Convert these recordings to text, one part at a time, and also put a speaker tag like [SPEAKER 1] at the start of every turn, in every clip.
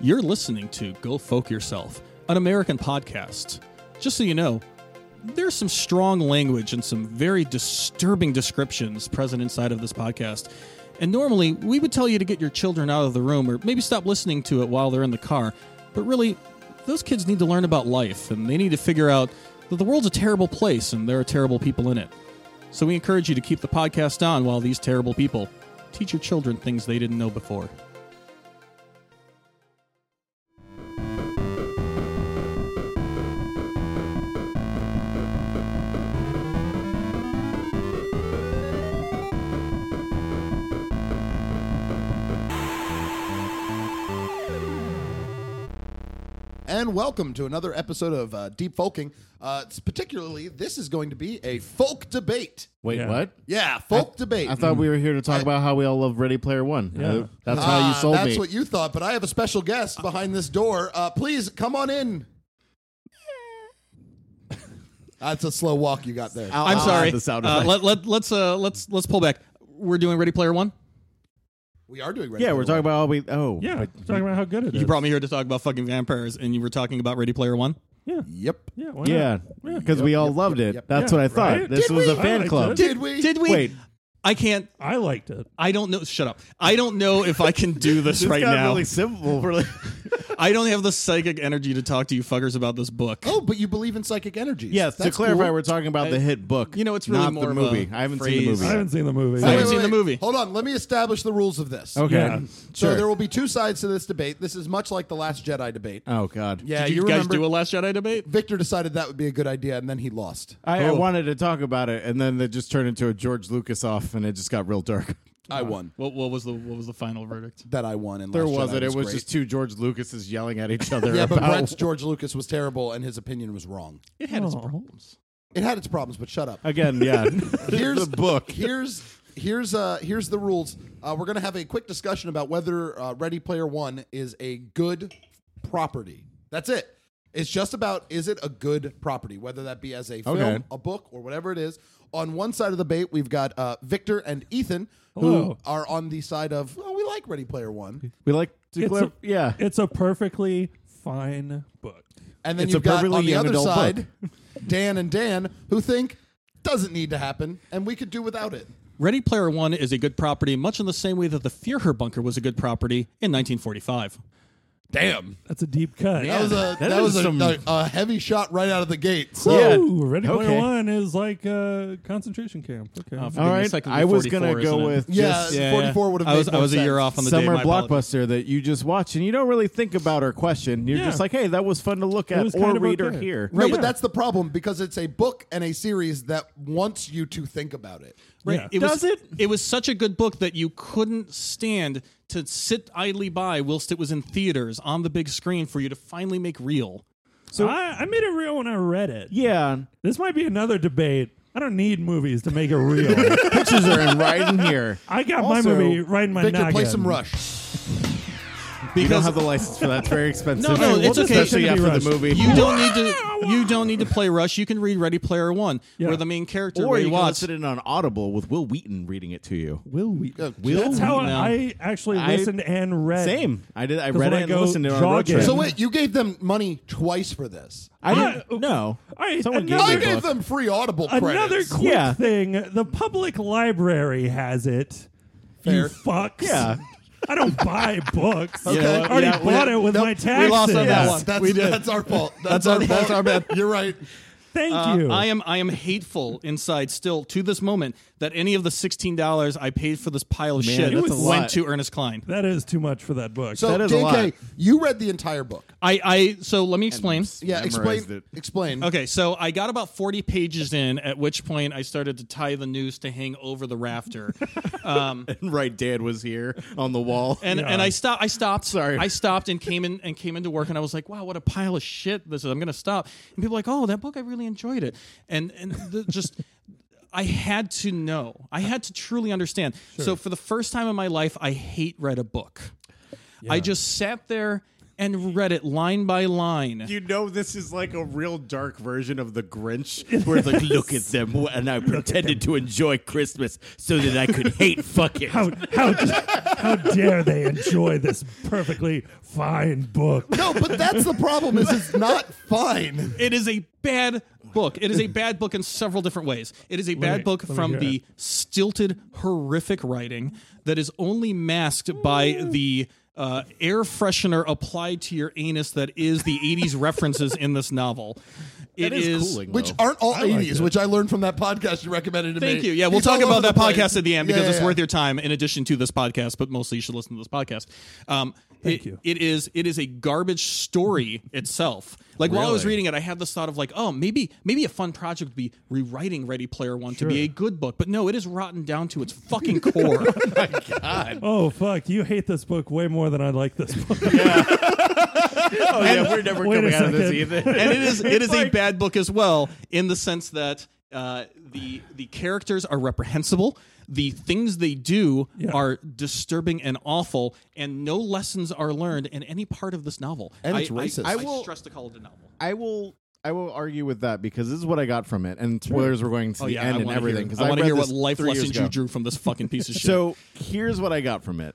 [SPEAKER 1] You're listening to Go Folk Yourself, an American podcast. Just so you know, there's some strong language and some very disturbing descriptions present inside of this podcast. And normally, we would tell you to get your children out of the room or maybe stop listening to it while they're in the car. But really, those kids need to learn about life and they need to figure out that the world's a terrible place and there are terrible people in it. So we encourage you to keep the podcast on while these terrible people teach your children things they didn't know before.
[SPEAKER 2] And welcome to another episode of uh, Deep Folking. Uh, it's particularly, this is going to be a folk debate.
[SPEAKER 3] Wait,
[SPEAKER 4] Yeah.
[SPEAKER 3] what?
[SPEAKER 2] Yeah, folk debate.
[SPEAKER 3] I thought we were here to talk
[SPEAKER 2] mm. I-
[SPEAKER 3] about how we all love Ready Player One.
[SPEAKER 4] Yeah.
[SPEAKER 3] Uh, that's how
[SPEAKER 2] Ah,
[SPEAKER 3] you sold
[SPEAKER 2] That's
[SPEAKER 3] me.
[SPEAKER 2] what you thought, but I have a special guest behind this door. Uh, please come on in. That's a slow walk you got there.
[SPEAKER 1] I'm
[SPEAKER 3] I'll
[SPEAKER 1] sorry.
[SPEAKER 3] add the sound
[SPEAKER 1] Uh,
[SPEAKER 3] effect.
[SPEAKER 1] let, let, let's uh, let's let's pull back. We're doing Ready Player One.
[SPEAKER 2] We are doing right
[SPEAKER 3] yeah, we're talking about all we. Oh,
[SPEAKER 4] Yeah,
[SPEAKER 3] but-
[SPEAKER 4] talking about how good it is.
[SPEAKER 1] You brought me here to talk about fucking vampires, and you were talking about Ready Player One.
[SPEAKER 4] yeah,
[SPEAKER 2] Yep.
[SPEAKER 4] yeah, why
[SPEAKER 3] yeah,
[SPEAKER 4] not? yeah.
[SPEAKER 3] because we all loved it.
[SPEAKER 2] yep.
[SPEAKER 3] That's
[SPEAKER 4] Yeah,
[SPEAKER 3] what I thought.
[SPEAKER 4] right?
[SPEAKER 3] This
[SPEAKER 4] Did
[SPEAKER 3] was a
[SPEAKER 4] we?
[SPEAKER 3] fan
[SPEAKER 4] I
[SPEAKER 3] club.
[SPEAKER 4] liked
[SPEAKER 2] Did we?
[SPEAKER 1] Did we?
[SPEAKER 3] Wait.
[SPEAKER 1] I can't.
[SPEAKER 4] I liked it.
[SPEAKER 1] I don't know. Shut up. I don't know if I can do this, right now.
[SPEAKER 3] simple.
[SPEAKER 1] I don't have the psychic energy to talk to you fuckers about this book.
[SPEAKER 2] Oh, but you believe in psychic energies.
[SPEAKER 3] yes, to
[SPEAKER 2] That's
[SPEAKER 3] clarify,
[SPEAKER 2] cool.
[SPEAKER 3] we're talking about the hit book.
[SPEAKER 1] You know, it's really
[SPEAKER 3] not
[SPEAKER 1] more
[SPEAKER 3] the
[SPEAKER 1] of
[SPEAKER 3] movie.
[SPEAKER 1] a
[SPEAKER 3] I haven't
[SPEAKER 1] phrase.
[SPEAKER 3] seen the
[SPEAKER 4] I
[SPEAKER 3] movie.
[SPEAKER 4] haven't seen the movie.
[SPEAKER 1] I haven't seen the movie.
[SPEAKER 2] Hold on. Let me establish the rules of this.
[SPEAKER 3] Okay,
[SPEAKER 4] Yeah.
[SPEAKER 3] sure.
[SPEAKER 2] So there will be two sides to this debate. This is much like the Last Jedi debate.
[SPEAKER 3] oh God.
[SPEAKER 2] yeah,
[SPEAKER 1] Did you,
[SPEAKER 2] you,
[SPEAKER 1] guys
[SPEAKER 2] remember
[SPEAKER 1] do a Last Jedi debate?
[SPEAKER 2] Victor decided that would be a good idea, and then he lost.
[SPEAKER 3] I, I wanted to talk about it, and then it just turned into a George Lucas off, and it just got real dark.
[SPEAKER 2] I won.
[SPEAKER 1] What, what was the what was the final verdict?
[SPEAKER 2] Uh, Oh, That I won. And
[SPEAKER 3] There
[SPEAKER 2] Last Jedi
[SPEAKER 3] wasn't. it was
[SPEAKER 2] great.
[SPEAKER 3] just two George Lucases yelling at each other.
[SPEAKER 2] Yeah, but
[SPEAKER 3] about
[SPEAKER 2] Brett's George Lucas was terrible, and his opinion was wrong.
[SPEAKER 1] It had
[SPEAKER 2] Oh.
[SPEAKER 1] its
[SPEAKER 4] Aw.
[SPEAKER 1] problems.
[SPEAKER 2] It had its problems, but shut up.
[SPEAKER 3] again. Yeah,
[SPEAKER 2] Here's
[SPEAKER 3] the book.
[SPEAKER 2] Here's here's uh here's the rules. Uh, we're gonna have a quick discussion about whether uh, Ready Player One is a good property. That's it. It's just about is it a good property, whether that be as a film,
[SPEAKER 3] Okay.
[SPEAKER 2] a book, or whatever it is. On one side of the debate, we've got uh, Victor and Ethan, who
[SPEAKER 4] Hello.
[SPEAKER 2] are on the side of oh, we like Ready Player One,
[SPEAKER 3] We like to
[SPEAKER 4] It's
[SPEAKER 3] clar-
[SPEAKER 4] a-
[SPEAKER 3] yeah.
[SPEAKER 4] It's a perfectly fine book.
[SPEAKER 2] and then
[SPEAKER 3] It's
[SPEAKER 2] you've
[SPEAKER 3] a
[SPEAKER 2] got
[SPEAKER 3] perfectly
[SPEAKER 2] on the
[SPEAKER 3] young
[SPEAKER 2] other
[SPEAKER 3] adult
[SPEAKER 2] side Dan and Dan, who think doesn't need to happen, and we could do without it.
[SPEAKER 1] Ready Player One is a good property, much in the same way that the Fear Her Bunker was a good property in 1945.
[SPEAKER 2] Damn.
[SPEAKER 4] That's a deep cut.
[SPEAKER 2] That was a that,
[SPEAKER 3] That is
[SPEAKER 2] was a,
[SPEAKER 3] some-
[SPEAKER 2] a, a heavy shot right out of the gate. So
[SPEAKER 3] Yeah.
[SPEAKER 4] Ooh, Ready Player
[SPEAKER 3] Okay.
[SPEAKER 4] One is like a concentration camp. Okay.
[SPEAKER 1] Uh,
[SPEAKER 3] All
[SPEAKER 1] Goodness,
[SPEAKER 3] right,
[SPEAKER 1] that could be
[SPEAKER 3] I was
[SPEAKER 1] 44,
[SPEAKER 3] gonna
[SPEAKER 1] isn't
[SPEAKER 3] go
[SPEAKER 1] it?
[SPEAKER 3] with
[SPEAKER 2] Yeah,
[SPEAKER 3] just
[SPEAKER 2] yeah, 44 would have
[SPEAKER 1] I was,
[SPEAKER 2] made
[SPEAKER 1] I was
[SPEAKER 2] more
[SPEAKER 1] a year
[SPEAKER 2] sense.
[SPEAKER 1] off on the day.
[SPEAKER 3] summer
[SPEAKER 1] my apologies.
[SPEAKER 3] blockbuster that you just watch and you don't really think about or question. You're
[SPEAKER 4] Yeah.
[SPEAKER 3] just like, hey, that was fun to look at or
[SPEAKER 4] was kind of
[SPEAKER 3] read or
[SPEAKER 4] okay.
[SPEAKER 3] hear.
[SPEAKER 2] no,
[SPEAKER 4] Right,
[SPEAKER 2] but
[SPEAKER 4] yeah.
[SPEAKER 2] that's the problem because it's a book and a series that wants you to think about it.
[SPEAKER 1] Right.
[SPEAKER 4] Yeah.
[SPEAKER 1] It was,
[SPEAKER 3] Does it?
[SPEAKER 1] It was such a good book that you couldn't stand to sit idly by whilst it was in theaters on the big screen for you to finally make real.
[SPEAKER 4] So I, I made it real when I read it.
[SPEAKER 3] Yeah,
[SPEAKER 4] This might be another debate. I don't need movies to make it real.
[SPEAKER 3] pictures are in right in here.
[SPEAKER 4] I got my
[SPEAKER 3] Also,
[SPEAKER 4] movie right in my
[SPEAKER 2] Victor,
[SPEAKER 4] noggin.
[SPEAKER 2] play some Rush.
[SPEAKER 3] You don't
[SPEAKER 1] Because-
[SPEAKER 3] have the license for that; it's very expensive.
[SPEAKER 1] No, no, it's okay.
[SPEAKER 3] especially
[SPEAKER 4] It's
[SPEAKER 3] after
[SPEAKER 4] gonna be
[SPEAKER 3] the
[SPEAKER 4] rushed.
[SPEAKER 3] movie.
[SPEAKER 1] You don't need to. You don't need to play Rush. You can read Ready Player One,
[SPEAKER 4] Yeah.
[SPEAKER 1] where the main character
[SPEAKER 3] or
[SPEAKER 1] Ray
[SPEAKER 3] you can
[SPEAKER 1] Watts.
[SPEAKER 3] listen in on Audible with Will Wheaton reading it to you.
[SPEAKER 4] Will we?
[SPEAKER 3] Will
[SPEAKER 4] That's how
[SPEAKER 1] Wheaton.
[SPEAKER 4] I actually
[SPEAKER 3] I-
[SPEAKER 4] listened and read.
[SPEAKER 3] Same. I did. I
[SPEAKER 4] 'Cause
[SPEAKER 3] read
[SPEAKER 4] when
[SPEAKER 3] it
[SPEAKER 4] I
[SPEAKER 3] and
[SPEAKER 4] go
[SPEAKER 3] listened to it on a road
[SPEAKER 4] jogging-
[SPEAKER 3] trip.
[SPEAKER 2] So wait, you gave them money twice for this.
[SPEAKER 3] I didn't. No,
[SPEAKER 4] All right,
[SPEAKER 3] someone gave
[SPEAKER 4] another-
[SPEAKER 2] I
[SPEAKER 3] me a
[SPEAKER 2] gave
[SPEAKER 3] book.
[SPEAKER 2] them free Audible
[SPEAKER 4] Another
[SPEAKER 2] credits.
[SPEAKER 4] quick
[SPEAKER 3] Yeah.
[SPEAKER 4] thing. The public library has it.
[SPEAKER 2] Fair.
[SPEAKER 4] You fucks.
[SPEAKER 3] Yeah.
[SPEAKER 4] I don't buy books.
[SPEAKER 2] Okay.
[SPEAKER 4] I already
[SPEAKER 3] Yeah, we-
[SPEAKER 4] bought it with
[SPEAKER 2] Nope,
[SPEAKER 4] my
[SPEAKER 2] we
[SPEAKER 4] taxes.
[SPEAKER 1] lost on that
[SPEAKER 2] Yes,
[SPEAKER 1] one.
[SPEAKER 2] that's,
[SPEAKER 1] We did.
[SPEAKER 2] that's our fault.
[SPEAKER 1] That's
[SPEAKER 2] That's,
[SPEAKER 1] our-
[SPEAKER 2] our,
[SPEAKER 1] that's
[SPEAKER 2] fault. bad. You're right.
[SPEAKER 4] Thank
[SPEAKER 1] Uh,
[SPEAKER 4] you.
[SPEAKER 1] I am I am hateful inside still to this moment that any of the sixteen dollars I paid for this pile of
[SPEAKER 3] Man,
[SPEAKER 1] shit
[SPEAKER 3] that's
[SPEAKER 4] a
[SPEAKER 1] went
[SPEAKER 3] lot.
[SPEAKER 1] to Ernest Klein.
[SPEAKER 4] that is too much for that book.
[SPEAKER 2] So
[SPEAKER 3] That is a lot.
[SPEAKER 2] JK, you read the entire book.
[SPEAKER 1] I, I so let me explain.
[SPEAKER 2] Yeah,
[SPEAKER 3] Memorized
[SPEAKER 2] explain
[SPEAKER 3] it.
[SPEAKER 2] explain.
[SPEAKER 1] Okay, so I got about 40 pages in, at which point I started to tie the noose to hang over the rafter.
[SPEAKER 3] Right, Dad was here on the wall.
[SPEAKER 1] And
[SPEAKER 4] Yeah.
[SPEAKER 1] and I stopped I stopped
[SPEAKER 3] Sorry.
[SPEAKER 1] I stopped and came in and came into work and I was like, wow, what a pile of shit this is. I'm gonna stop. And people were like, oh, that book I really enjoyed it. And and the, just I had to know. I had to truly understand. So for the first time in my life, I hate read a book. I just sat there and read it line by line.
[SPEAKER 3] You know, this is like a real dark version of the Grinch, where it's like, look at them, and I pretended to enjoy Christmas so that I could hate fucking.
[SPEAKER 4] how, how, How dare they enjoy this perfectly fine book?
[SPEAKER 2] No, but that's the problem. Is it's not fine.
[SPEAKER 1] It is a bad book. It is a bad book in several different ways. It is a bad
[SPEAKER 4] Right.
[SPEAKER 1] book
[SPEAKER 4] Let me
[SPEAKER 1] from
[SPEAKER 4] hear
[SPEAKER 1] the
[SPEAKER 4] it.
[SPEAKER 1] stilted, horrific writing that is only masked by the uh, air freshener applied to your anus that is the 80s references in this novel. It
[SPEAKER 3] It is
[SPEAKER 1] is-
[SPEAKER 3] cooling,
[SPEAKER 2] Which
[SPEAKER 3] though.
[SPEAKER 2] aren't all 80s, which I learned from that podcast you recommended to me.
[SPEAKER 1] Thank you. Yeah, we'll
[SPEAKER 2] He's
[SPEAKER 1] talk
[SPEAKER 2] all
[SPEAKER 1] about
[SPEAKER 2] over
[SPEAKER 1] that
[SPEAKER 2] the place.
[SPEAKER 1] podcast at the end
[SPEAKER 2] Yeah,
[SPEAKER 1] because
[SPEAKER 2] yeah,
[SPEAKER 1] it's
[SPEAKER 2] yeah.
[SPEAKER 1] worth your time. In addition to this podcast, but mostly you should listen to this podcast. Um, it,
[SPEAKER 4] Thank you.
[SPEAKER 1] It is it is a garbage story itself. Like while I was
[SPEAKER 3] Really?
[SPEAKER 1] reading it, I had this thought of like, oh, maybe maybe a fun project would be rewriting Ready Player One to be
[SPEAKER 4] Sure.
[SPEAKER 1] a good book. But no, it is rotten down to its fucking core.
[SPEAKER 4] Oh fuck! You hate this book way more than I like this book.
[SPEAKER 3] Oh yeah, we're never
[SPEAKER 4] Wait a
[SPEAKER 3] coming out of this
[SPEAKER 4] second.
[SPEAKER 3] either.
[SPEAKER 1] and it is it is a bad book as well in the sense that uh, the the characters are reprehensible. The things they do
[SPEAKER 4] Yeah.
[SPEAKER 1] are disturbing and awful, and no lessons are learned in any part of this novel.
[SPEAKER 2] And it's
[SPEAKER 1] I,
[SPEAKER 2] racist.
[SPEAKER 1] I, I,
[SPEAKER 2] I
[SPEAKER 3] will-
[SPEAKER 1] stress to call it a novel.
[SPEAKER 3] I will. I will argue with that because this is what I got from it, and spoilers we're going to
[SPEAKER 1] Oh
[SPEAKER 3] the
[SPEAKER 1] yeah, I
[SPEAKER 3] end and
[SPEAKER 1] wanna
[SPEAKER 3] everything.
[SPEAKER 1] Hear,
[SPEAKER 3] 'cause
[SPEAKER 1] I want to
[SPEAKER 3] read
[SPEAKER 1] hear what
[SPEAKER 3] this
[SPEAKER 1] life
[SPEAKER 3] three years
[SPEAKER 1] lessons you
[SPEAKER 3] ago.
[SPEAKER 1] drew from this fucking piece of shit.
[SPEAKER 3] So here's what I got from it.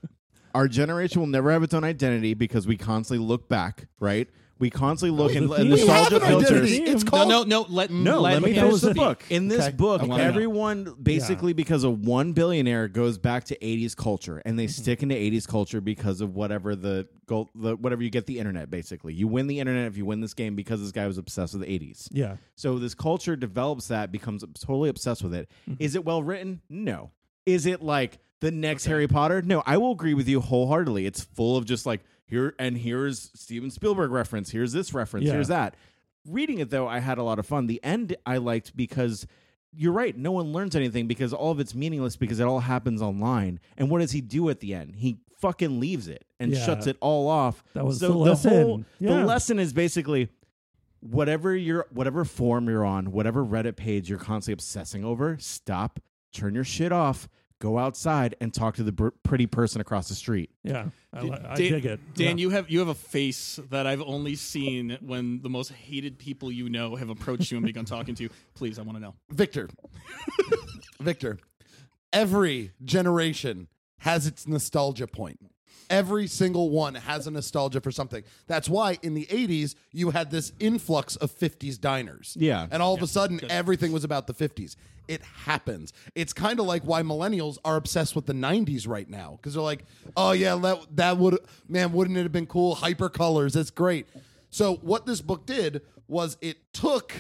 [SPEAKER 3] Our generation will never have its own identity because we constantly look back, right? We constantly look and, and
[SPEAKER 2] We have
[SPEAKER 3] nostalgia
[SPEAKER 2] an
[SPEAKER 3] filters.
[SPEAKER 2] identity. It's
[SPEAKER 1] no,
[SPEAKER 2] called
[SPEAKER 1] no, no. Let
[SPEAKER 3] No, let, me
[SPEAKER 1] me
[SPEAKER 3] finish
[SPEAKER 1] finish
[SPEAKER 3] the book.
[SPEAKER 1] speak.
[SPEAKER 3] In this
[SPEAKER 4] Okay.
[SPEAKER 3] book,
[SPEAKER 1] wanna know.
[SPEAKER 3] everyone basically because of one billionaire goes back to 80s culture and they stick into 80s culture because of whatever the goal the whatever you get the internet basically. You win the internet if you win this game because this guy was obsessed with the 80s.
[SPEAKER 4] Yeah.
[SPEAKER 3] So this culture develops that becomes totally obsessed with it.
[SPEAKER 4] Mm-hmm.
[SPEAKER 3] Is it well written? No. Is it like the next Harry Potter? No. I will agree with you wholeheartedly. It's full of just like here and here's Steven Spielberg reference. Here's this reference.
[SPEAKER 4] Yeah.
[SPEAKER 3] Here's that. Reading it though, I had a lot of fun. The end I liked because you're right. No one learns anything because all of it's meaningless because it all happens online. And what does he do at the end? He fucking leaves it and
[SPEAKER 4] Yeah.
[SPEAKER 3] shuts it all off.
[SPEAKER 4] That was
[SPEAKER 3] so
[SPEAKER 4] the lesson.
[SPEAKER 3] whole
[SPEAKER 4] Yeah.
[SPEAKER 3] the lesson is basically whatever your whatever form you're on, whatever Reddit page you're constantly obsessing over, stop, turn your shit off, go outside and talk to the br- pretty person across the street.
[SPEAKER 4] Yeah. I, li- I
[SPEAKER 1] Dan,
[SPEAKER 4] dig it.
[SPEAKER 1] Dan,
[SPEAKER 4] yeah.
[SPEAKER 1] you have you have a face that I've only seen when the most hated people you know have approached you and begun talking to you. Please, I want to know.
[SPEAKER 2] Victor. Victor. Every generation has its nostalgia point. Every single one has a nostalgia for something. That's why in the 80s, you had this influx of 50s diners.
[SPEAKER 3] Yeah.
[SPEAKER 2] And all of a sudden, everything was about the 50s. It happens. It's kind of like why millennials are obsessed with the 90s right now because they're like, oh, yeah, that, that would, man, wouldn't it have been cool? Hyper colors. That's great. So, what this book did was it took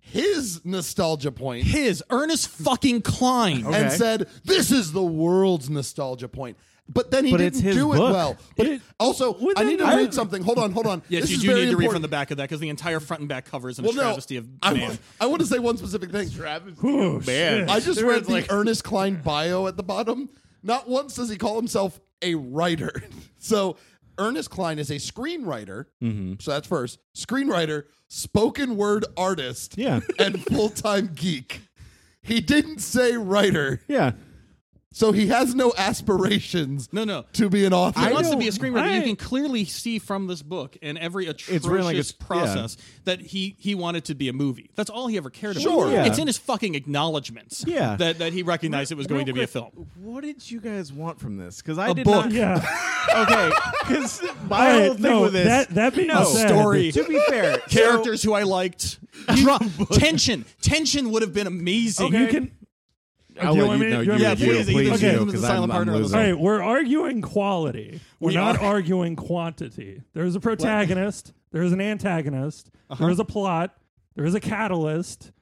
[SPEAKER 2] his nostalgia point
[SPEAKER 1] His Ernest fucking Klein.
[SPEAKER 2] and
[SPEAKER 3] Okay.
[SPEAKER 2] said, "This is the world's nostalgia point." But then he
[SPEAKER 3] But it's
[SPEAKER 2] didn't
[SPEAKER 3] his
[SPEAKER 2] do it
[SPEAKER 3] book.
[SPEAKER 2] well. But
[SPEAKER 4] It-
[SPEAKER 2] also,
[SPEAKER 4] Well,
[SPEAKER 2] I
[SPEAKER 4] then
[SPEAKER 2] need to
[SPEAKER 4] I-
[SPEAKER 2] read something. Hold on, hold on.
[SPEAKER 1] Yes,
[SPEAKER 2] this
[SPEAKER 1] you
[SPEAKER 2] is
[SPEAKER 1] do
[SPEAKER 2] very
[SPEAKER 1] need to read from
[SPEAKER 2] important.
[SPEAKER 1] the back of that because the entire front and back cover is in a
[SPEAKER 2] Well, no,
[SPEAKER 1] travesty of
[SPEAKER 2] I,
[SPEAKER 1] man.
[SPEAKER 2] wa- I want to say one specific thing.
[SPEAKER 4] Whew, Oh, shit.
[SPEAKER 2] I just
[SPEAKER 3] There
[SPEAKER 2] read
[SPEAKER 3] was,
[SPEAKER 2] the
[SPEAKER 3] like-
[SPEAKER 2] Ernest Klein bio at the bottom. Not once does he call himself a writer. So Ernest Klein is a screenwriter.
[SPEAKER 3] Mm-hmm.
[SPEAKER 2] So that's first screenwriter, spoken word artist,
[SPEAKER 3] Yeah.
[SPEAKER 2] and full time geek. He didn't say writer,
[SPEAKER 3] Yeah.
[SPEAKER 2] so he has no aspirations.
[SPEAKER 1] No, no.
[SPEAKER 2] to be an author.
[SPEAKER 1] He
[SPEAKER 3] I
[SPEAKER 1] wants to
[SPEAKER 3] don't-
[SPEAKER 1] be a screenwriter. you
[SPEAKER 4] I-
[SPEAKER 1] can clearly see from this book and every atrocious
[SPEAKER 3] written like it's-
[SPEAKER 1] process that he he wanted to be a movie. That's all he ever cared about.
[SPEAKER 2] Sure.
[SPEAKER 3] Yeah.
[SPEAKER 1] It's in his fucking acknowledgments
[SPEAKER 3] Yeah.
[SPEAKER 1] that, that he recognized it was going to be a film.
[SPEAKER 3] What did you guys want from this? Cuz I
[SPEAKER 1] A
[SPEAKER 3] did
[SPEAKER 1] book.
[SPEAKER 3] not
[SPEAKER 4] Yeah.
[SPEAKER 3] Okay, cuz my
[SPEAKER 4] All right,
[SPEAKER 3] whole thing
[SPEAKER 4] no,
[SPEAKER 3] with this
[SPEAKER 4] that- that being
[SPEAKER 3] no.
[SPEAKER 4] said-
[SPEAKER 1] Story.
[SPEAKER 3] To be fair, so-
[SPEAKER 1] Characters who I liked. Dra- tension. Tension would have been amazing.
[SPEAKER 4] You can.
[SPEAKER 3] I'll
[SPEAKER 4] you
[SPEAKER 3] let
[SPEAKER 4] want
[SPEAKER 3] you
[SPEAKER 4] me-
[SPEAKER 3] know.
[SPEAKER 4] you
[SPEAKER 3] You,
[SPEAKER 4] want me
[SPEAKER 3] you,
[SPEAKER 4] to-
[SPEAKER 3] you,
[SPEAKER 1] please,
[SPEAKER 3] please,
[SPEAKER 4] okay.
[SPEAKER 3] you, because
[SPEAKER 1] The
[SPEAKER 3] I'm,
[SPEAKER 1] silent
[SPEAKER 3] I'm
[SPEAKER 1] partner on this
[SPEAKER 3] losing.
[SPEAKER 4] All right, we're arguing quality. We're
[SPEAKER 1] We
[SPEAKER 4] not
[SPEAKER 1] are.
[SPEAKER 4] arguing quantity. There's a protagonist. There's an antagonist. There's a plot. There's a catalyst.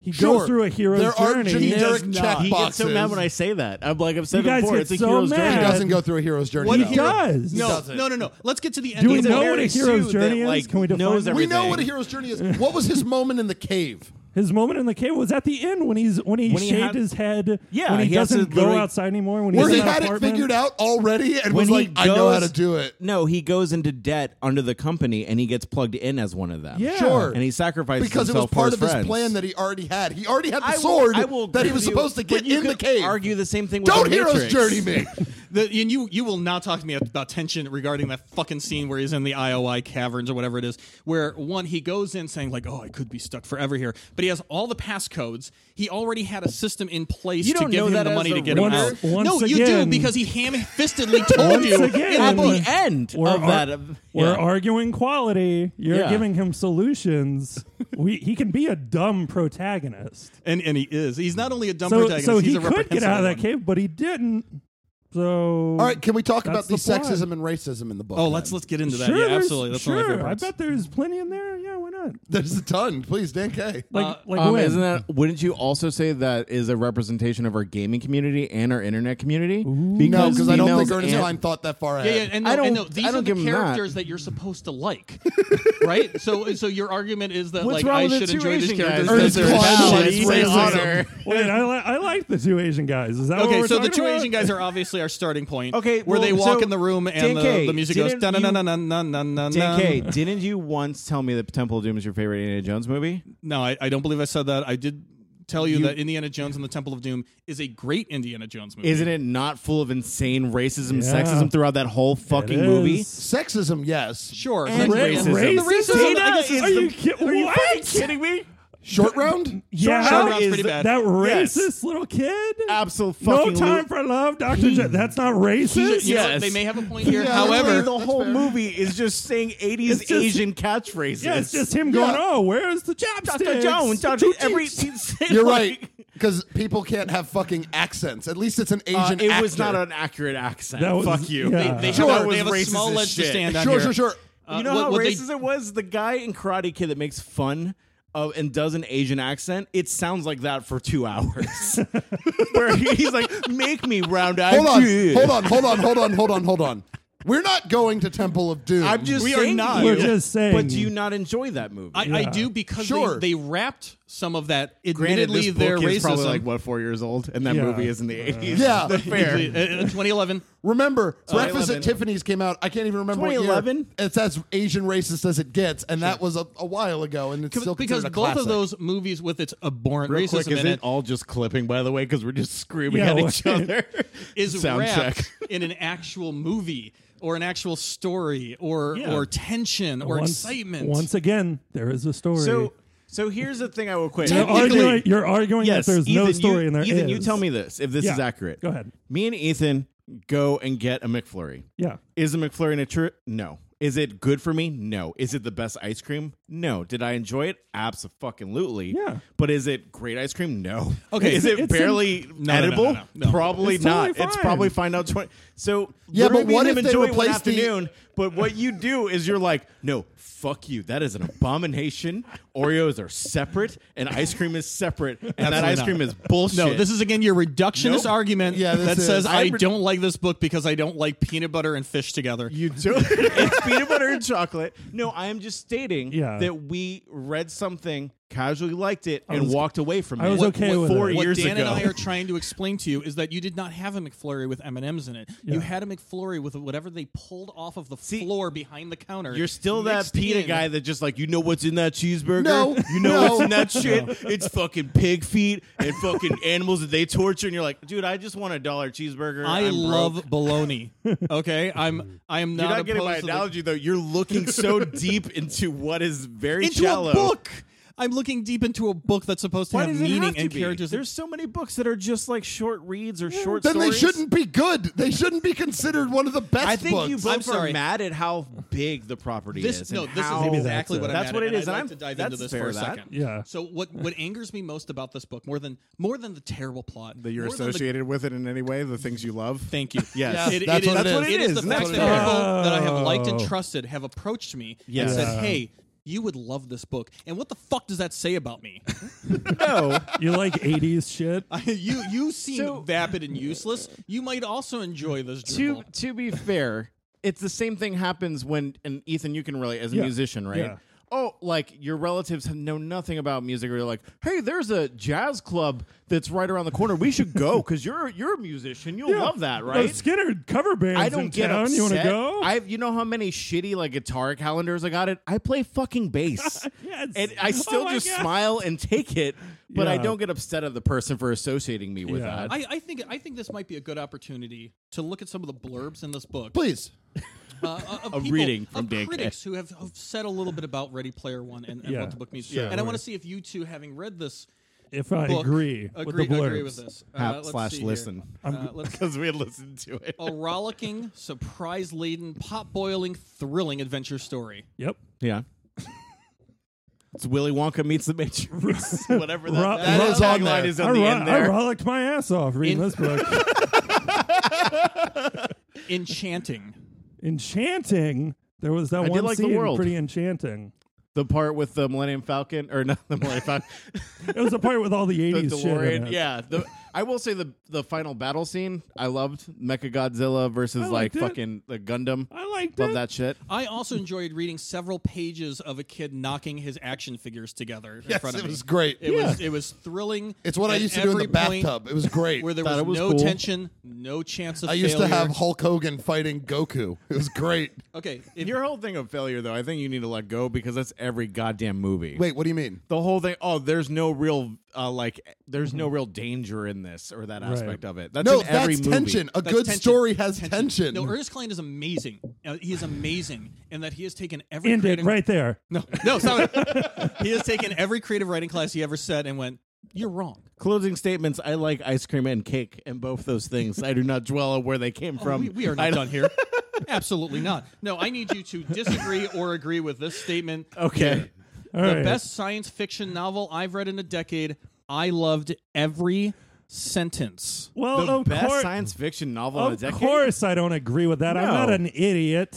[SPEAKER 4] He
[SPEAKER 2] Sure.
[SPEAKER 4] goes through a hero's
[SPEAKER 2] There are
[SPEAKER 4] journey.
[SPEAKER 1] He does
[SPEAKER 2] generic
[SPEAKER 1] not.
[SPEAKER 3] He
[SPEAKER 2] check
[SPEAKER 3] gets
[SPEAKER 2] boxes.
[SPEAKER 3] so mad when I say that. I'm like, I've said
[SPEAKER 4] You
[SPEAKER 3] it
[SPEAKER 4] guys
[SPEAKER 3] before.
[SPEAKER 4] get
[SPEAKER 3] It's a
[SPEAKER 4] so
[SPEAKER 3] hero's
[SPEAKER 4] mad.
[SPEAKER 2] he
[SPEAKER 3] journey.
[SPEAKER 2] doesn't go through a hero's journey.
[SPEAKER 1] What
[SPEAKER 4] he
[SPEAKER 2] though.
[SPEAKER 4] does.
[SPEAKER 1] No,
[SPEAKER 2] doesn't.
[SPEAKER 1] no, no, no. Let's get to the end.
[SPEAKER 4] Do we
[SPEAKER 1] It's a
[SPEAKER 4] know
[SPEAKER 1] very-
[SPEAKER 4] what a hero's
[SPEAKER 3] that,
[SPEAKER 4] journey is?
[SPEAKER 3] like,
[SPEAKER 4] Can we define
[SPEAKER 3] knows
[SPEAKER 4] that?
[SPEAKER 2] We
[SPEAKER 3] everything.
[SPEAKER 2] know what a hero's journey is. What was his moment in the cave?
[SPEAKER 4] His moment in the cave was at the end when he's when he
[SPEAKER 3] When he
[SPEAKER 4] shaved
[SPEAKER 3] had-
[SPEAKER 4] his head.
[SPEAKER 3] Yeah,
[SPEAKER 4] when he,
[SPEAKER 3] he has to
[SPEAKER 4] doesn't go
[SPEAKER 3] literally-
[SPEAKER 4] outside anymore. When
[SPEAKER 2] Where
[SPEAKER 4] he's
[SPEAKER 2] he
[SPEAKER 4] in that
[SPEAKER 2] had it
[SPEAKER 4] apartment.
[SPEAKER 2] figured out already and was
[SPEAKER 3] When he
[SPEAKER 2] like, I know how
[SPEAKER 3] goes-
[SPEAKER 2] to do it.
[SPEAKER 3] No, he goes into debt under the company and he gets plugged in as one of them.
[SPEAKER 4] Yeah.
[SPEAKER 2] Sure.
[SPEAKER 3] And he sacrifices
[SPEAKER 2] Because it was
[SPEAKER 3] himself for
[SPEAKER 2] part
[SPEAKER 3] his
[SPEAKER 2] of his
[SPEAKER 3] friends.
[SPEAKER 2] plan that he already had. He already had the
[SPEAKER 3] I will-
[SPEAKER 2] sword
[SPEAKER 3] I will
[SPEAKER 2] that
[SPEAKER 3] agree
[SPEAKER 2] he was
[SPEAKER 3] with you,
[SPEAKER 2] supposed to
[SPEAKER 3] but
[SPEAKER 2] get
[SPEAKER 3] you
[SPEAKER 2] in the
[SPEAKER 3] could
[SPEAKER 2] cave.
[SPEAKER 3] Argue the same thing. With
[SPEAKER 2] Don't
[SPEAKER 3] the
[SPEAKER 2] hero's
[SPEAKER 3] Matrix.
[SPEAKER 2] journey me.
[SPEAKER 1] The, and you you will not talk to me about tension regarding that fucking scene where he's in the IOI caverns or whatever it is, where one he goes in saying like, "Oh, I could be stuck forever here," but he has all the passcodes. He already had a system in place
[SPEAKER 3] You
[SPEAKER 1] to
[SPEAKER 3] don't
[SPEAKER 1] give
[SPEAKER 3] know
[SPEAKER 1] him
[SPEAKER 3] that
[SPEAKER 1] the
[SPEAKER 3] as
[SPEAKER 1] money
[SPEAKER 3] a
[SPEAKER 1] to get him
[SPEAKER 4] writer?
[SPEAKER 1] out.
[SPEAKER 4] Once-
[SPEAKER 1] no,
[SPEAKER 4] once
[SPEAKER 1] you do
[SPEAKER 4] again-
[SPEAKER 1] because he ham-fistedly told you
[SPEAKER 4] Once again,
[SPEAKER 1] at the
[SPEAKER 4] we're-
[SPEAKER 3] end
[SPEAKER 4] We're,
[SPEAKER 3] of
[SPEAKER 4] ar-
[SPEAKER 3] that.
[SPEAKER 1] uh,
[SPEAKER 3] of-
[SPEAKER 4] we're
[SPEAKER 3] yeah.
[SPEAKER 4] arguing quality. You're
[SPEAKER 3] Yeah.
[SPEAKER 4] giving him solutions. we, he can be a dumb protagonist.
[SPEAKER 1] and and he is. He's not only a dumb
[SPEAKER 4] So,
[SPEAKER 1] protagonist,
[SPEAKER 4] so
[SPEAKER 1] he's
[SPEAKER 4] he
[SPEAKER 1] a
[SPEAKER 4] could get
[SPEAKER 1] reprehensible
[SPEAKER 4] out of that
[SPEAKER 1] one.
[SPEAKER 4] cave, but he didn't. So
[SPEAKER 2] All right, can we talk about
[SPEAKER 4] That's
[SPEAKER 2] the,
[SPEAKER 4] the plot.
[SPEAKER 2] sexism and racism in the book?
[SPEAKER 1] Oh,
[SPEAKER 2] then?
[SPEAKER 1] let's let's get into that.
[SPEAKER 4] sure,
[SPEAKER 1] yeah,
[SPEAKER 4] there's-
[SPEAKER 1] absolutely. That's
[SPEAKER 4] sure.
[SPEAKER 1] one of my favorite
[SPEAKER 4] I
[SPEAKER 1] parts. Uh,
[SPEAKER 4] bet there's plenty in there. Yeah, why not?
[SPEAKER 2] There's a ton. Please, Dan K.
[SPEAKER 4] Like, like
[SPEAKER 3] Um,
[SPEAKER 4] when?
[SPEAKER 3] isn't that? Wouldn't you also say that is a representation of our gaming community and our internet community?
[SPEAKER 2] No, because I don't think
[SPEAKER 3] females
[SPEAKER 2] Ernest
[SPEAKER 3] and-
[SPEAKER 2] Klein thought that far
[SPEAKER 1] Yeah,
[SPEAKER 2] ahead.
[SPEAKER 1] yeah, and no,
[SPEAKER 3] I
[SPEAKER 1] and
[SPEAKER 3] don't-
[SPEAKER 1] no, these
[SPEAKER 3] I don't
[SPEAKER 1] are
[SPEAKER 3] give
[SPEAKER 1] the
[SPEAKER 3] 'em that.
[SPEAKER 1] characters that. you're supposed to like, right? So, so your argument is that
[SPEAKER 3] What's
[SPEAKER 1] like
[SPEAKER 3] wrong
[SPEAKER 1] I
[SPEAKER 3] with the
[SPEAKER 1] should
[SPEAKER 3] two
[SPEAKER 1] enjoy these
[SPEAKER 3] Asian
[SPEAKER 1] characters
[SPEAKER 3] guys?
[SPEAKER 1] because
[SPEAKER 2] Ernest
[SPEAKER 1] they're
[SPEAKER 2] Klein
[SPEAKER 1] valid.
[SPEAKER 2] shit,
[SPEAKER 1] It's
[SPEAKER 2] racism.
[SPEAKER 1] racism.
[SPEAKER 4] Wait, I, li- I like the two Asian guys. Is that what
[SPEAKER 1] Okay,
[SPEAKER 4] we're
[SPEAKER 1] so the
[SPEAKER 4] talking
[SPEAKER 1] two
[SPEAKER 4] about?
[SPEAKER 1] Asian guys are obviously our starting point.
[SPEAKER 3] Okay,
[SPEAKER 1] where they
[SPEAKER 3] well,
[SPEAKER 1] walk
[SPEAKER 3] so
[SPEAKER 1] in the room and
[SPEAKER 3] Dan
[SPEAKER 1] the,
[SPEAKER 3] K,
[SPEAKER 1] the music goes
[SPEAKER 3] didn't
[SPEAKER 1] na na
[SPEAKER 3] you-
[SPEAKER 1] na na na na na
[SPEAKER 3] Dan K, didn't you once tell me that Temple of Doom is your favorite Indiana Jones movie?
[SPEAKER 1] No, I, I don't believe I said that. I did tell you,
[SPEAKER 3] You-
[SPEAKER 1] that Indiana Jones and the Temple of Doom is a great Indiana Jones movie.
[SPEAKER 3] Isn't it not full of insane racism,
[SPEAKER 4] Yeah.
[SPEAKER 3] sexism throughout that whole fucking
[SPEAKER 4] It
[SPEAKER 3] movie?
[SPEAKER 4] is.
[SPEAKER 2] Sexism, yes.
[SPEAKER 1] Sure,
[SPEAKER 3] And
[SPEAKER 1] but-
[SPEAKER 3] racism.
[SPEAKER 1] The racism,
[SPEAKER 4] Dana,
[SPEAKER 1] I guess, is
[SPEAKER 4] are
[SPEAKER 1] the-
[SPEAKER 4] you ki- what?
[SPEAKER 3] kidding me?
[SPEAKER 2] Short round?
[SPEAKER 4] Yeah,
[SPEAKER 1] Short round's
[SPEAKER 3] is
[SPEAKER 1] pretty bad.
[SPEAKER 4] that racist
[SPEAKER 3] Yes.
[SPEAKER 4] little kid.
[SPEAKER 3] Absolutely.
[SPEAKER 4] No time for love, Doctor. J. That's not racist.
[SPEAKER 1] You know,
[SPEAKER 3] Yes.
[SPEAKER 1] they may have a point here.
[SPEAKER 2] Yeah,
[SPEAKER 1] However,
[SPEAKER 3] the whole movie is just saying 80s
[SPEAKER 4] just-
[SPEAKER 3] Asian catchphrases.
[SPEAKER 4] Yeah, it's just him going.
[SPEAKER 2] Yeah.
[SPEAKER 4] Oh, where's the chopsticks?
[SPEAKER 3] Dr. Jones, Dr.
[SPEAKER 4] Two
[SPEAKER 3] Every,
[SPEAKER 4] cheeks."
[SPEAKER 2] You're right. Because people can't have fucking accents. At least it's an Asian
[SPEAKER 3] Uh, it was
[SPEAKER 2] actor.
[SPEAKER 3] not an accurate accent.
[SPEAKER 4] That was-
[SPEAKER 3] Fuck you.
[SPEAKER 4] yeah.
[SPEAKER 1] they, they
[SPEAKER 2] Sure,
[SPEAKER 1] have, a- they
[SPEAKER 2] it
[SPEAKER 3] was
[SPEAKER 1] have a
[SPEAKER 3] racist
[SPEAKER 1] small
[SPEAKER 3] as
[SPEAKER 1] ledge to
[SPEAKER 3] shit.
[SPEAKER 1] stand on
[SPEAKER 2] Sure,
[SPEAKER 1] here.
[SPEAKER 2] sure, sure.
[SPEAKER 1] Uh,
[SPEAKER 3] you know
[SPEAKER 1] what-
[SPEAKER 3] how
[SPEAKER 1] what they-
[SPEAKER 3] racist it was? The guy in Karate Kid that makes fun of and does an Asian accent, it sounds like that for two hours. Where he's like, make me round eyed.
[SPEAKER 2] Hold on, hold on, hold on, hold on, hold on, hold on. We're not going to Temple of Doom.
[SPEAKER 3] I'm just
[SPEAKER 1] We are
[SPEAKER 3] saying
[SPEAKER 1] not.
[SPEAKER 3] you.
[SPEAKER 1] We're
[SPEAKER 4] just saying.
[SPEAKER 3] But do you not enjoy that movie?
[SPEAKER 1] I, I do because
[SPEAKER 2] Sure.
[SPEAKER 1] they, they wrapped some of that
[SPEAKER 3] Granted,
[SPEAKER 1] admittedly
[SPEAKER 3] this
[SPEAKER 1] their
[SPEAKER 3] book is
[SPEAKER 1] racism.
[SPEAKER 3] probably like what four years old, and that
[SPEAKER 4] Yeah.
[SPEAKER 3] movie is in the eighties.
[SPEAKER 2] Yeah.
[SPEAKER 3] fair.
[SPEAKER 1] Uh, uh, 2011.
[SPEAKER 2] Remember, Breakfast at
[SPEAKER 3] 2011.
[SPEAKER 2] Tiffany's came out. I can't even remember what year.
[SPEAKER 3] 2011?
[SPEAKER 2] It's as Asian racist as it gets, and that was a, a while ago, and it's still
[SPEAKER 1] Because
[SPEAKER 2] considered a
[SPEAKER 1] both of
[SPEAKER 2] classic.
[SPEAKER 1] those movies with its abhorrent
[SPEAKER 3] Real
[SPEAKER 1] racism
[SPEAKER 3] quick, is
[SPEAKER 1] in
[SPEAKER 3] it
[SPEAKER 1] it
[SPEAKER 3] all just clipping? By the way, because we're just screaming
[SPEAKER 4] Yeah,
[SPEAKER 3] at
[SPEAKER 4] well,
[SPEAKER 3] each other.
[SPEAKER 1] is
[SPEAKER 3] Sound
[SPEAKER 1] wrapped
[SPEAKER 3] check.
[SPEAKER 1] in an actual movie or an actual story or
[SPEAKER 3] Yeah.
[SPEAKER 1] or tension or
[SPEAKER 4] Once-
[SPEAKER 1] excitement.
[SPEAKER 4] Once again, there is a story.
[SPEAKER 3] So, so here's the thing. I will quit.
[SPEAKER 4] you're arguing, you're arguing
[SPEAKER 3] yes,
[SPEAKER 4] that there's
[SPEAKER 3] Ethan,
[SPEAKER 4] no story
[SPEAKER 3] you,
[SPEAKER 4] in there.
[SPEAKER 3] Ethan, you
[SPEAKER 4] is.
[SPEAKER 3] tell me this if this
[SPEAKER 4] Yeah.
[SPEAKER 3] is accurate.
[SPEAKER 4] Go ahead.
[SPEAKER 3] Me and Ethan go and get a McFlurry.
[SPEAKER 4] Yeah.
[SPEAKER 3] Is a McFlurry in a trip? No. Is it good for me? No. Is it the best ice cream? No. Did I enjoy it? Absolutely.
[SPEAKER 4] Yeah.
[SPEAKER 3] But is it great ice cream? No.
[SPEAKER 1] Okay,
[SPEAKER 3] Is it
[SPEAKER 4] it's in-
[SPEAKER 3] barely
[SPEAKER 1] no, no, no,
[SPEAKER 3] edible?
[SPEAKER 1] no, no.
[SPEAKER 3] Probably
[SPEAKER 4] It's
[SPEAKER 3] not.
[SPEAKER 4] totally
[SPEAKER 3] It's
[SPEAKER 4] fine.
[SPEAKER 3] probably find out twenty. So
[SPEAKER 2] Yeah,
[SPEAKER 3] literally
[SPEAKER 2] but
[SPEAKER 3] me
[SPEAKER 2] what
[SPEAKER 3] and him
[SPEAKER 2] if they
[SPEAKER 3] enjoy it one
[SPEAKER 2] replace the-
[SPEAKER 3] afternoon? But what you do is you're like, no, fuck you. That is an abomination. Oreos are separate, and ice cream is separate, and that
[SPEAKER 1] Absolutely
[SPEAKER 3] ice
[SPEAKER 1] not.
[SPEAKER 3] cream is bullshit.
[SPEAKER 1] No, this is again your reductionist
[SPEAKER 3] Nope.
[SPEAKER 1] argument
[SPEAKER 2] Yeah, this
[SPEAKER 1] that
[SPEAKER 2] is-
[SPEAKER 1] says I,
[SPEAKER 3] I re-
[SPEAKER 1] don't like this book because I don't like peanut butter and fish together.
[SPEAKER 3] You don't. it's peanut butter and chocolate. No, I am just stating
[SPEAKER 4] Yeah.
[SPEAKER 3] that we read something, casually liked it, and
[SPEAKER 4] was-
[SPEAKER 3] walked away from
[SPEAKER 4] I
[SPEAKER 3] it.
[SPEAKER 4] was okay with
[SPEAKER 3] four
[SPEAKER 4] it.
[SPEAKER 1] what
[SPEAKER 3] years
[SPEAKER 1] Dan
[SPEAKER 3] ago.
[SPEAKER 1] and I are trying to explain to you is that you did not have a McFlurry with M and M's in it. You had a McFlurry with whatever they pulled off of the floor behind the counter.
[SPEAKER 3] You're still that
[SPEAKER 1] mixed
[SPEAKER 3] PETA
[SPEAKER 1] in.
[SPEAKER 3] guy that just like, you know what's in that cheeseburger?
[SPEAKER 2] No.
[SPEAKER 3] You know
[SPEAKER 2] No.
[SPEAKER 3] what's in that shit? It's fucking pig feet and fucking animals that they torture. And you're like, dude, I just want a dollar cheeseburger.
[SPEAKER 1] I
[SPEAKER 3] I'm
[SPEAKER 1] love
[SPEAKER 3] broke."
[SPEAKER 1] bologna. Okay, I'm I am
[SPEAKER 3] You're
[SPEAKER 1] not,
[SPEAKER 3] not getting my
[SPEAKER 1] opposed to the-
[SPEAKER 3] analogy, though. You're looking so deep into what is very
[SPEAKER 1] into
[SPEAKER 3] shallow.
[SPEAKER 1] a book. I'm looking deep into a book that's supposed to
[SPEAKER 3] Why
[SPEAKER 1] have
[SPEAKER 3] does it
[SPEAKER 1] meaning
[SPEAKER 3] have to
[SPEAKER 1] and
[SPEAKER 3] be?
[SPEAKER 1] characters.
[SPEAKER 3] There's so many books that are just like short reads or short
[SPEAKER 2] then
[SPEAKER 3] stories.
[SPEAKER 2] they shouldn't be good. They shouldn't be considered one of the best
[SPEAKER 3] I think
[SPEAKER 2] books.
[SPEAKER 3] you
[SPEAKER 1] I'm
[SPEAKER 3] both
[SPEAKER 1] sorry.
[SPEAKER 3] are mad at how big the property
[SPEAKER 1] this
[SPEAKER 3] is.
[SPEAKER 1] no,
[SPEAKER 3] and
[SPEAKER 1] this
[SPEAKER 3] how-
[SPEAKER 1] is exactly what
[SPEAKER 4] that's it.
[SPEAKER 1] I'm
[SPEAKER 3] That's
[SPEAKER 1] at
[SPEAKER 3] what
[SPEAKER 1] and
[SPEAKER 3] it is,
[SPEAKER 1] I'd
[SPEAKER 3] and
[SPEAKER 1] like
[SPEAKER 3] I'm-
[SPEAKER 1] to dive
[SPEAKER 3] that's
[SPEAKER 1] into this
[SPEAKER 3] fair
[SPEAKER 1] for a
[SPEAKER 3] to that.
[SPEAKER 1] second.
[SPEAKER 4] Yeah.
[SPEAKER 1] So what what angers me most about this book, more than more than the terrible plot,
[SPEAKER 5] that you're
[SPEAKER 1] more than the-
[SPEAKER 5] associated with it in any way, the things you love.
[SPEAKER 1] Thank you.
[SPEAKER 3] Yes.
[SPEAKER 1] it,
[SPEAKER 2] That's
[SPEAKER 1] it is.
[SPEAKER 2] what it
[SPEAKER 1] That's
[SPEAKER 2] is.
[SPEAKER 1] It is the
[SPEAKER 2] That's
[SPEAKER 1] fact
[SPEAKER 2] what
[SPEAKER 1] that
[SPEAKER 2] it
[SPEAKER 1] people
[SPEAKER 2] is.
[SPEAKER 1] that I have liked and
[SPEAKER 4] Oh.
[SPEAKER 1] trusted have approached me
[SPEAKER 3] Yes.
[SPEAKER 1] and
[SPEAKER 4] Yeah.
[SPEAKER 1] said, "Hey, you would love this book." And what the fuck does that say about me?
[SPEAKER 3] No,
[SPEAKER 4] You like 80s shit?
[SPEAKER 1] you you seem
[SPEAKER 3] So-
[SPEAKER 1] vapid and useless. You might also enjoy this.
[SPEAKER 3] to
[SPEAKER 1] Dribble.
[SPEAKER 3] to be fair, it's the same thing happens when and Ethan, you can relate as a
[SPEAKER 4] Yeah.
[SPEAKER 3] musician, right?
[SPEAKER 4] Yeah.
[SPEAKER 3] oh, like your relatives have know nothing about music, or you're like, hey, there's a jazz club that's right around the corner. We should go because you're you're a musician. You'll
[SPEAKER 4] Yeah.
[SPEAKER 3] love that,
[SPEAKER 4] The
[SPEAKER 3] right?
[SPEAKER 4] Skinner cover bands.
[SPEAKER 3] I don't
[SPEAKER 4] in
[SPEAKER 3] get
[SPEAKER 4] town.
[SPEAKER 3] upset.
[SPEAKER 4] You want to go?
[SPEAKER 3] I have, you know how many shitty like guitar calendars I got. It. I play fucking bass,
[SPEAKER 4] Yes.
[SPEAKER 3] and I
[SPEAKER 4] Oh
[SPEAKER 3] still
[SPEAKER 4] my
[SPEAKER 3] just
[SPEAKER 4] God.
[SPEAKER 3] smile and take it. But I
[SPEAKER 4] Yeah.
[SPEAKER 3] don't get upset at the person for associating me with
[SPEAKER 4] Yeah.
[SPEAKER 3] that.
[SPEAKER 1] I, I think I think this might be a good opportunity to look at some of the blurbs in this book.
[SPEAKER 2] Please.
[SPEAKER 1] uh, uh, of
[SPEAKER 3] A
[SPEAKER 1] people-
[SPEAKER 3] reading from
[SPEAKER 1] of
[SPEAKER 3] Dan
[SPEAKER 1] critics who have, have said a little bit about Ready Player One and, and
[SPEAKER 4] Yeah.
[SPEAKER 1] what the book means.
[SPEAKER 4] Sure.
[SPEAKER 1] And I want to see if you two, having read this,
[SPEAKER 4] if I
[SPEAKER 1] book,
[SPEAKER 4] agree with
[SPEAKER 1] agree,
[SPEAKER 4] the blurbs.
[SPEAKER 1] agree with this. Uh,
[SPEAKER 3] Hap
[SPEAKER 1] let's
[SPEAKER 3] slash
[SPEAKER 1] see here.
[SPEAKER 3] listen.
[SPEAKER 1] Uh, let's
[SPEAKER 3] because we had listened to it.
[SPEAKER 1] a rollicking, surprise laden, pot boiling, thrilling adventure story.
[SPEAKER 4] Yep.
[SPEAKER 3] Yeah. it's Willy Wonka meets the Matrix. Whatever that,
[SPEAKER 4] Ro-
[SPEAKER 3] that
[SPEAKER 4] Ro-
[SPEAKER 3] is
[SPEAKER 2] on
[SPEAKER 3] tagline
[SPEAKER 2] there.
[SPEAKER 3] is
[SPEAKER 4] I,
[SPEAKER 3] on the
[SPEAKER 4] ro-
[SPEAKER 3] end
[SPEAKER 4] I
[SPEAKER 3] there.
[SPEAKER 4] rollicked my ass off reading
[SPEAKER 1] In-
[SPEAKER 4] this book.
[SPEAKER 1] Enchanting.
[SPEAKER 4] enchanting. There was that
[SPEAKER 3] did
[SPEAKER 4] one
[SPEAKER 3] like the
[SPEAKER 4] scene,
[SPEAKER 3] world.
[SPEAKER 4] pretty enchanting.
[SPEAKER 3] the part with the Millennium Falcon, or not the Millennium Falcon,
[SPEAKER 4] It was a part with all the
[SPEAKER 3] the
[SPEAKER 4] '80s shit. in
[SPEAKER 3] DeLorean.
[SPEAKER 4] it.
[SPEAKER 3] Yeah. The, I will say the the final battle scene I loved Mecha Godzilla versus
[SPEAKER 4] I
[SPEAKER 3] like
[SPEAKER 4] liked it.
[SPEAKER 3] fucking the Gundam.
[SPEAKER 4] I liked
[SPEAKER 3] Love
[SPEAKER 4] it.
[SPEAKER 3] that shit.
[SPEAKER 1] I also enjoyed reading several pages of a kid knocking his action figures together in front of
[SPEAKER 2] it
[SPEAKER 1] me.
[SPEAKER 2] was great.
[SPEAKER 1] It was it was thrilling.
[SPEAKER 2] It's what I
[SPEAKER 1] at
[SPEAKER 2] used to do in the
[SPEAKER 1] every point
[SPEAKER 2] bathtub. It was great.
[SPEAKER 1] Where there
[SPEAKER 3] Thought
[SPEAKER 1] was,
[SPEAKER 3] it was
[SPEAKER 1] no
[SPEAKER 3] cool.
[SPEAKER 1] tension, no chance of
[SPEAKER 2] I used to
[SPEAKER 1] failure.
[SPEAKER 2] have Hulk Hogan fighting Goku. It was great.
[SPEAKER 1] Okay, if
[SPEAKER 3] Your whole thing of failure, though, I think you need to let go because that's every goddamn movie.
[SPEAKER 2] Wait, what do you mean?
[SPEAKER 3] the whole thing. Oh, there's no real uh, like. There's
[SPEAKER 4] Mm-hmm.
[SPEAKER 3] no real danger in this or that aspect of it. That's
[SPEAKER 2] No,
[SPEAKER 3] in every
[SPEAKER 2] that's
[SPEAKER 3] movie.
[SPEAKER 2] tension. A
[SPEAKER 1] That's
[SPEAKER 2] good
[SPEAKER 1] tension.
[SPEAKER 2] story has tension.
[SPEAKER 1] No, Ernest Klein is amazing. Uh, he is amazing, and that he has taken every
[SPEAKER 4] End it
[SPEAKER 1] creative,
[SPEAKER 4] right there.
[SPEAKER 1] No, no, stop it. he has taken every creative writing class he ever said and went, "You're wrong."
[SPEAKER 3] Closing statements. I like ice cream and cake, and both those things. I do not dwell on where they came
[SPEAKER 4] Oh,
[SPEAKER 3] from.
[SPEAKER 1] Oh, we, we are
[SPEAKER 3] I
[SPEAKER 1] not
[SPEAKER 3] don't-
[SPEAKER 1] done here. Absolutely not. No, I need you to disagree or agree with this statement.
[SPEAKER 3] Okay.
[SPEAKER 4] All
[SPEAKER 1] the
[SPEAKER 4] right.
[SPEAKER 1] best science fiction novel I've read in a decade. I loved every sentence.
[SPEAKER 4] Well,
[SPEAKER 3] the
[SPEAKER 4] Oh, of
[SPEAKER 3] best
[SPEAKER 4] course,
[SPEAKER 3] science fiction novel in a
[SPEAKER 4] of
[SPEAKER 3] decade.
[SPEAKER 4] course, I don't agree with that. I'm
[SPEAKER 3] No.
[SPEAKER 4] not an idiot.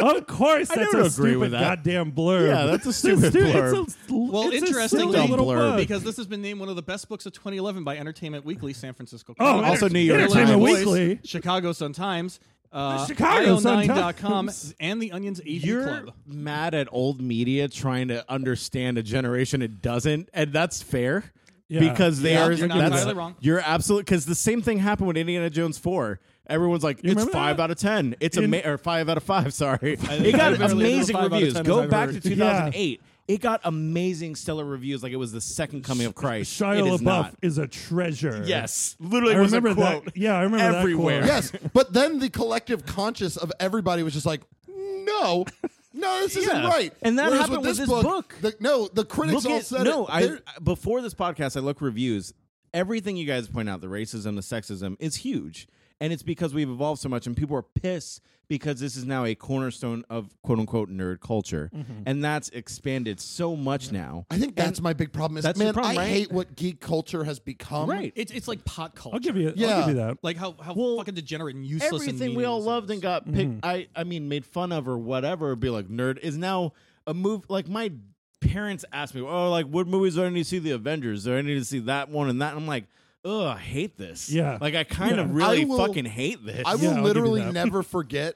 [SPEAKER 4] of course, that's
[SPEAKER 3] don't
[SPEAKER 4] a
[SPEAKER 3] agree
[SPEAKER 4] stupid
[SPEAKER 3] with that.
[SPEAKER 4] goddamn blurb.
[SPEAKER 3] Yeah, that's a stupid
[SPEAKER 4] stu-
[SPEAKER 3] blurb.
[SPEAKER 4] It's a,
[SPEAKER 1] Well,
[SPEAKER 4] it's a
[SPEAKER 1] interestingly,
[SPEAKER 4] silly little
[SPEAKER 3] Dumb blurb.
[SPEAKER 4] book.
[SPEAKER 1] because this has been named one of the best books of 2011 by Entertainment Weekly, San Francisco.
[SPEAKER 4] oh,
[SPEAKER 1] Chronicle,
[SPEAKER 3] also
[SPEAKER 4] Enter-
[SPEAKER 3] New York
[SPEAKER 4] Entertainment
[SPEAKER 3] Times.
[SPEAKER 4] Weekly.
[SPEAKER 1] Chicago Sun Times, uh,
[SPEAKER 4] The Chicago Sun
[SPEAKER 1] IO9.com,
[SPEAKER 4] Times.
[SPEAKER 1] and the Onion's AV
[SPEAKER 3] You're
[SPEAKER 1] Club.
[SPEAKER 3] mad at old media trying to understand a generation it doesn't, and that's fair.
[SPEAKER 4] Yeah.
[SPEAKER 3] Because they
[SPEAKER 1] Yeah,
[SPEAKER 3] are
[SPEAKER 1] you're not
[SPEAKER 3] that's-
[SPEAKER 1] entirely wrong.
[SPEAKER 3] You're absolute because the same thing happened with Indiana Jones four. Everyone's like, it's
[SPEAKER 4] remember
[SPEAKER 3] five
[SPEAKER 4] that?
[SPEAKER 3] out of ten. It's a
[SPEAKER 4] In-
[SPEAKER 3] ama- or five out of five. Sorry, it got
[SPEAKER 1] I've never-
[SPEAKER 3] amazing
[SPEAKER 1] five out of
[SPEAKER 3] reviews.
[SPEAKER 1] 10 as
[SPEAKER 3] Go
[SPEAKER 1] I've
[SPEAKER 3] back
[SPEAKER 1] heard.
[SPEAKER 3] to 2008. It got amazing stellar reviews, like it was the second coming of Christ. it
[SPEAKER 4] Shia
[SPEAKER 3] is
[SPEAKER 4] LaBeouf
[SPEAKER 3] not.
[SPEAKER 4] is a treasure.
[SPEAKER 3] Yes, literally
[SPEAKER 4] I
[SPEAKER 3] was a
[SPEAKER 4] remember
[SPEAKER 3] quote.
[SPEAKER 4] that. Yeah, I remember that
[SPEAKER 3] everywhere.
[SPEAKER 4] quote.
[SPEAKER 2] yes, but then the collective conscious of everybody was just like, no. No, this isn't
[SPEAKER 3] Yeah.
[SPEAKER 2] right.
[SPEAKER 3] And that
[SPEAKER 2] Whereas
[SPEAKER 3] happened with this book.
[SPEAKER 2] the- no, the critics
[SPEAKER 3] Look
[SPEAKER 2] all
[SPEAKER 3] at-
[SPEAKER 2] said
[SPEAKER 3] no,
[SPEAKER 2] it.
[SPEAKER 3] I
[SPEAKER 2] They're-
[SPEAKER 3] before this podcast, I look reviews. Everything you guys point out, the racism, the sexism, is huge, and it's because we've evolved so much, and people are pissed because this is now a cornerstone of quote unquote nerd culture, and that's expanded so much now.
[SPEAKER 2] Mm-hmm. I think that's my big problem. Is
[SPEAKER 3] That's your
[SPEAKER 2] man,
[SPEAKER 3] problem,
[SPEAKER 2] I
[SPEAKER 3] right?
[SPEAKER 2] hate what geek culture has become.
[SPEAKER 3] Right.
[SPEAKER 1] It's, it's like pot culture.
[SPEAKER 4] I'll give you.
[SPEAKER 2] Yeah.
[SPEAKER 4] I'll give you that.
[SPEAKER 1] Like how, how fucking degenerate and useless and
[SPEAKER 3] Everything we all
[SPEAKER 1] meaningless it
[SPEAKER 3] loved
[SPEAKER 1] is.
[SPEAKER 3] and got picked,
[SPEAKER 2] Mm-hmm.
[SPEAKER 3] I I mean, made fun of or whatever, be like nerd is now a move. Like my parents asked me, oh, like what movies do I need to see? The Avengers? Do I need to see that one and that? And I'm like. Ugh, I hate this.
[SPEAKER 4] Yeah.
[SPEAKER 3] Like, I kind
[SPEAKER 4] Yeah.
[SPEAKER 3] of really
[SPEAKER 2] I will-
[SPEAKER 3] fucking hate this.
[SPEAKER 2] I will
[SPEAKER 4] Yeah, I'll give you
[SPEAKER 2] literally
[SPEAKER 4] that. Mm-hmm.
[SPEAKER 2] never forget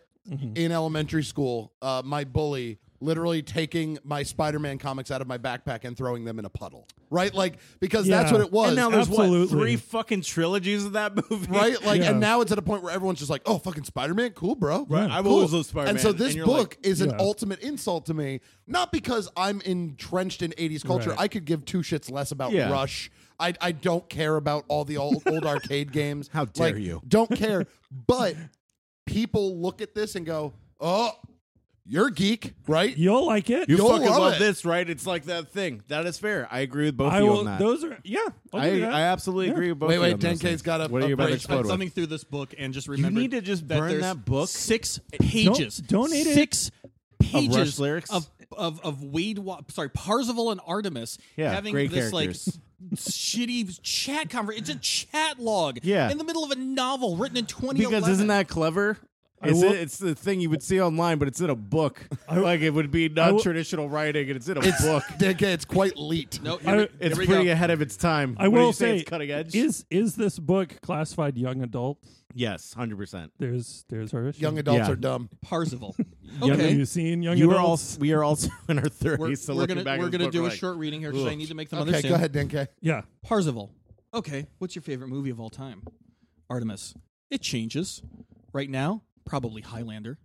[SPEAKER 2] in elementary school uh, my bully literally taking my Spider-Man comics out of my backpack and throwing them in a puddle. Right? Like because that's
[SPEAKER 4] Yeah.
[SPEAKER 2] what it was.
[SPEAKER 3] And now there's what
[SPEAKER 4] Absolutely.
[SPEAKER 3] three fucking trilogies of that movie,
[SPEAKER 2] right? Like
[SPEAKER 4] Yeah.
[SPEAKER 2] and now it's at a point where everyone's just like, "Oh, fucking Spider-Man, cool, bro."
[SPEAKER 4] Right.
[SPEAKER 3] I've
[SPEAKER 2] Cool.
[SPEAKER 3] always loved Spider-Man.
[SPEAKER 2] And so this
[SPEAKER 3] And you're
[SPEAKER 2] book is an
[SPEAKER 4] Yeah.
[SPEAKER 2] ultimate insult to me, not because I'm entrenched in 80s culture.
[SPEAKER 4] Right.
[SPEAKER 2] I could give two shits less about
[SPEAKER 3] Yeah.
[SPEAKER 2] Rush. I, I don't care about all the old, old arcade games.
[SPEAKER 3] How dare you.
[SPEAKER 2] Don't care. But people look at this and go, "Oh, you're geek, right?"
[SPEAKER 4] You'll like it.
[SPEAKER 3] You
[SPEAKER 2] You'll
[SPEAKER 3] fucking
[SPEAKER 2] love
[SPEAKER 3] love,
[SPEAKER 2] it.
[SPEAKER 3] this, right? It's like that thing. That is fair. I agree with both
[SPEAKER 4] I
[SPEAKER 3] of you
[SPEAKER 4] will.
[SPEAKER 3] on that.
[SPEAKER 4] Those are. Yeah. I'll
[SPEAKER 3] I,
[SPEAKER 4] do that.
[SPEAKER 3] I absolutely agree with both.
[SPEAKER 2] Wait,
[SPEAKER 3] of
[SPEAKER 2] wait,
[SPEAKER 3] you on those
[SPEAKER 2] 10K's
[SPEAKER 3] things.
[SPEAKER 2] got a-
[SPEAKER 3] What
[SPEAKER 2] a
[SPEAKER 3] are you about to
[SPEAKER 2] break.
[SPEAKER 3] explode
[SPEAKER 1] I'm
[SPEAKER 3] with?
[SPEAKER 1] thumbing through this book and just remember
[SPEAKER 3] need to just
[SPEAKER 1] that
[SPEAKER 3] burn
[SPEAKER 1] there's
[SPEAKER 3] that book.
[SPEAKER 1] Six pages.
[SPEAKER 4] donate it.
[SPEAKER 1] Six pages
[SPEAKER 3] Rush lyrics?
[SPEAKER 1] of of of Wade. Wa- sorry, Parzival and Artemis
[SPEAKER 3] Yeah,
[SPEAKER 1] having
[SPEAKER 3] great
[SPEAKER 1] this
[SPEAKER 3] characters.
[SPEAKER 1] like shitty chat conversation. It's a chat log.
[SPEAKER 3] Yeah.
[SPEAKER 1] in the middle of a novel written in 2011.
[SPEAKER 3] Because isn't that clever? It's,
[SPEAKER 4] will-
[SPEAKER 3] it, it's the thing you would see online, but it's in a book. like it would be
[SPEAKER 4] will-
[SPEAKER 3] non-traditional writing, and it's in a book.
[SPEAKER 2] 10K, it's quite leet.
[SPEAKER 1] No, here,
[SPEAKER 4] I-
[SPEAKER 1] we-
[SPEAKER 3] It's
[SPEAKER 1] here we
[SPEAKER 3] pretty
[SPEAKER 1] go.
[SPEAKER 3] ahead of its time.
[SPEAKER 4] I
[SPEAKER 3] What do
[SPEAKER 4] will
[SPEAKER 3] you say, it's
[SPEAKER 4] say,
[SPEAKER 3] cutting edge.
[SPEAKER 4] Is is this book classified young adult?
[SPEAKER 3] yes, hundred percent.
[SPEAKER 4] There's there's our issue.
[SPEAKER 2] Young adults
[SPEAKER 3] Yeah.
[SPEAKER 2] are dumb.
[SPEAKER 1] Parzival.
[SPEAKER 4] Young-
[SPEAKER 1] Okay.
[SPEAKER 4] Have you seen Young
[SPEAKER 3] You are all.
[SPEAKER 4] Adults?
[SPEAKER 3] We are also in our 30s.
[SPEAKER 1] We're,
[SPEAKER 3] so
[SPEAKER 1] we're
[SPEAKER 3] looking
[SPEAKER 1] gonna
[SPEAKER 3] back at
[SPEAKER 1] we're
[SPEAKER 3] this
[SPEAKER 1] gonna
[SPEAKER 3] book,
[SPEAKER 1] do a
[SPEAKER 3] like,
[SPEAKER 1] short reading here because I need to make them
[SPEAKER 2] Okay,
[SPEAKER 1] understand.
[SPEAKER 2] go ahead, Denke.
[SPEAKER 4] yeah.
[SPEAKER 1] Parzival. Okay, what's your favorite movie of all time? Artemis. It changes. Right now, probably Highlander.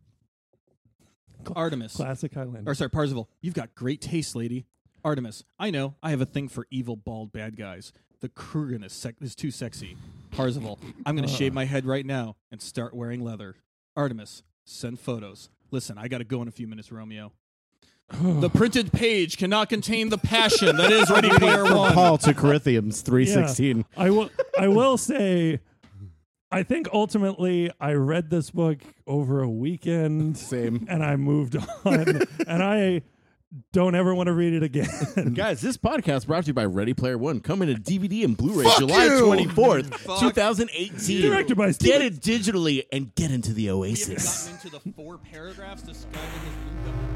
[SPEAKER 1] Artemis.
[SPEAKER 4] Classic Highlander.
[SPEAKER 1] Or sorry, Parzival. You've got great taste, lady. Artemis. I know. I have a thing for evil, bald, bad guys. The Kurgan is, sec- is too sexy. Parzival. I'm going to shave my head right now and start wearing leather. Artemis. Send photos. Listen, I got to go in a few minutes, Romeo. the printed page cannot contain the passion that is Ready Player
[SPEAKER 3] from
[SPEAKER 1] One.
[SPEAKER 3] Paul to Corinthians three
[SPEAKER 4] Yeah.
[SPEAKER 3] sixteen.
[SPEAKER 4] I will. I will say, I think ultimately I read this book over a weekend.
[SPEAKER 5] Same.
[SPEAKER 4] and I moved on, and I don't ever want to read it again.
[SPEAKER 3] Guys, this podcast brought to you by Ready Player One, coming to DVD and Blu-ray
[SPEAKER 2] Fuck
[SPEAKER 3] July
[SPEAKER 2] you!
[SPEAKER 3] twenty fourth, two thousand eighteen.
[SPEAKER 4] Directed by
[SPEAKER 3] Get
[SPEAKER 4] Steven-
[SPEAKER 3] it digitally and get into the
[SPEAKER 1] We haven't
[SPEAKER 3] Oasis.
[SPEAKER 1] gotten into the four paragraphs describing his blue dot.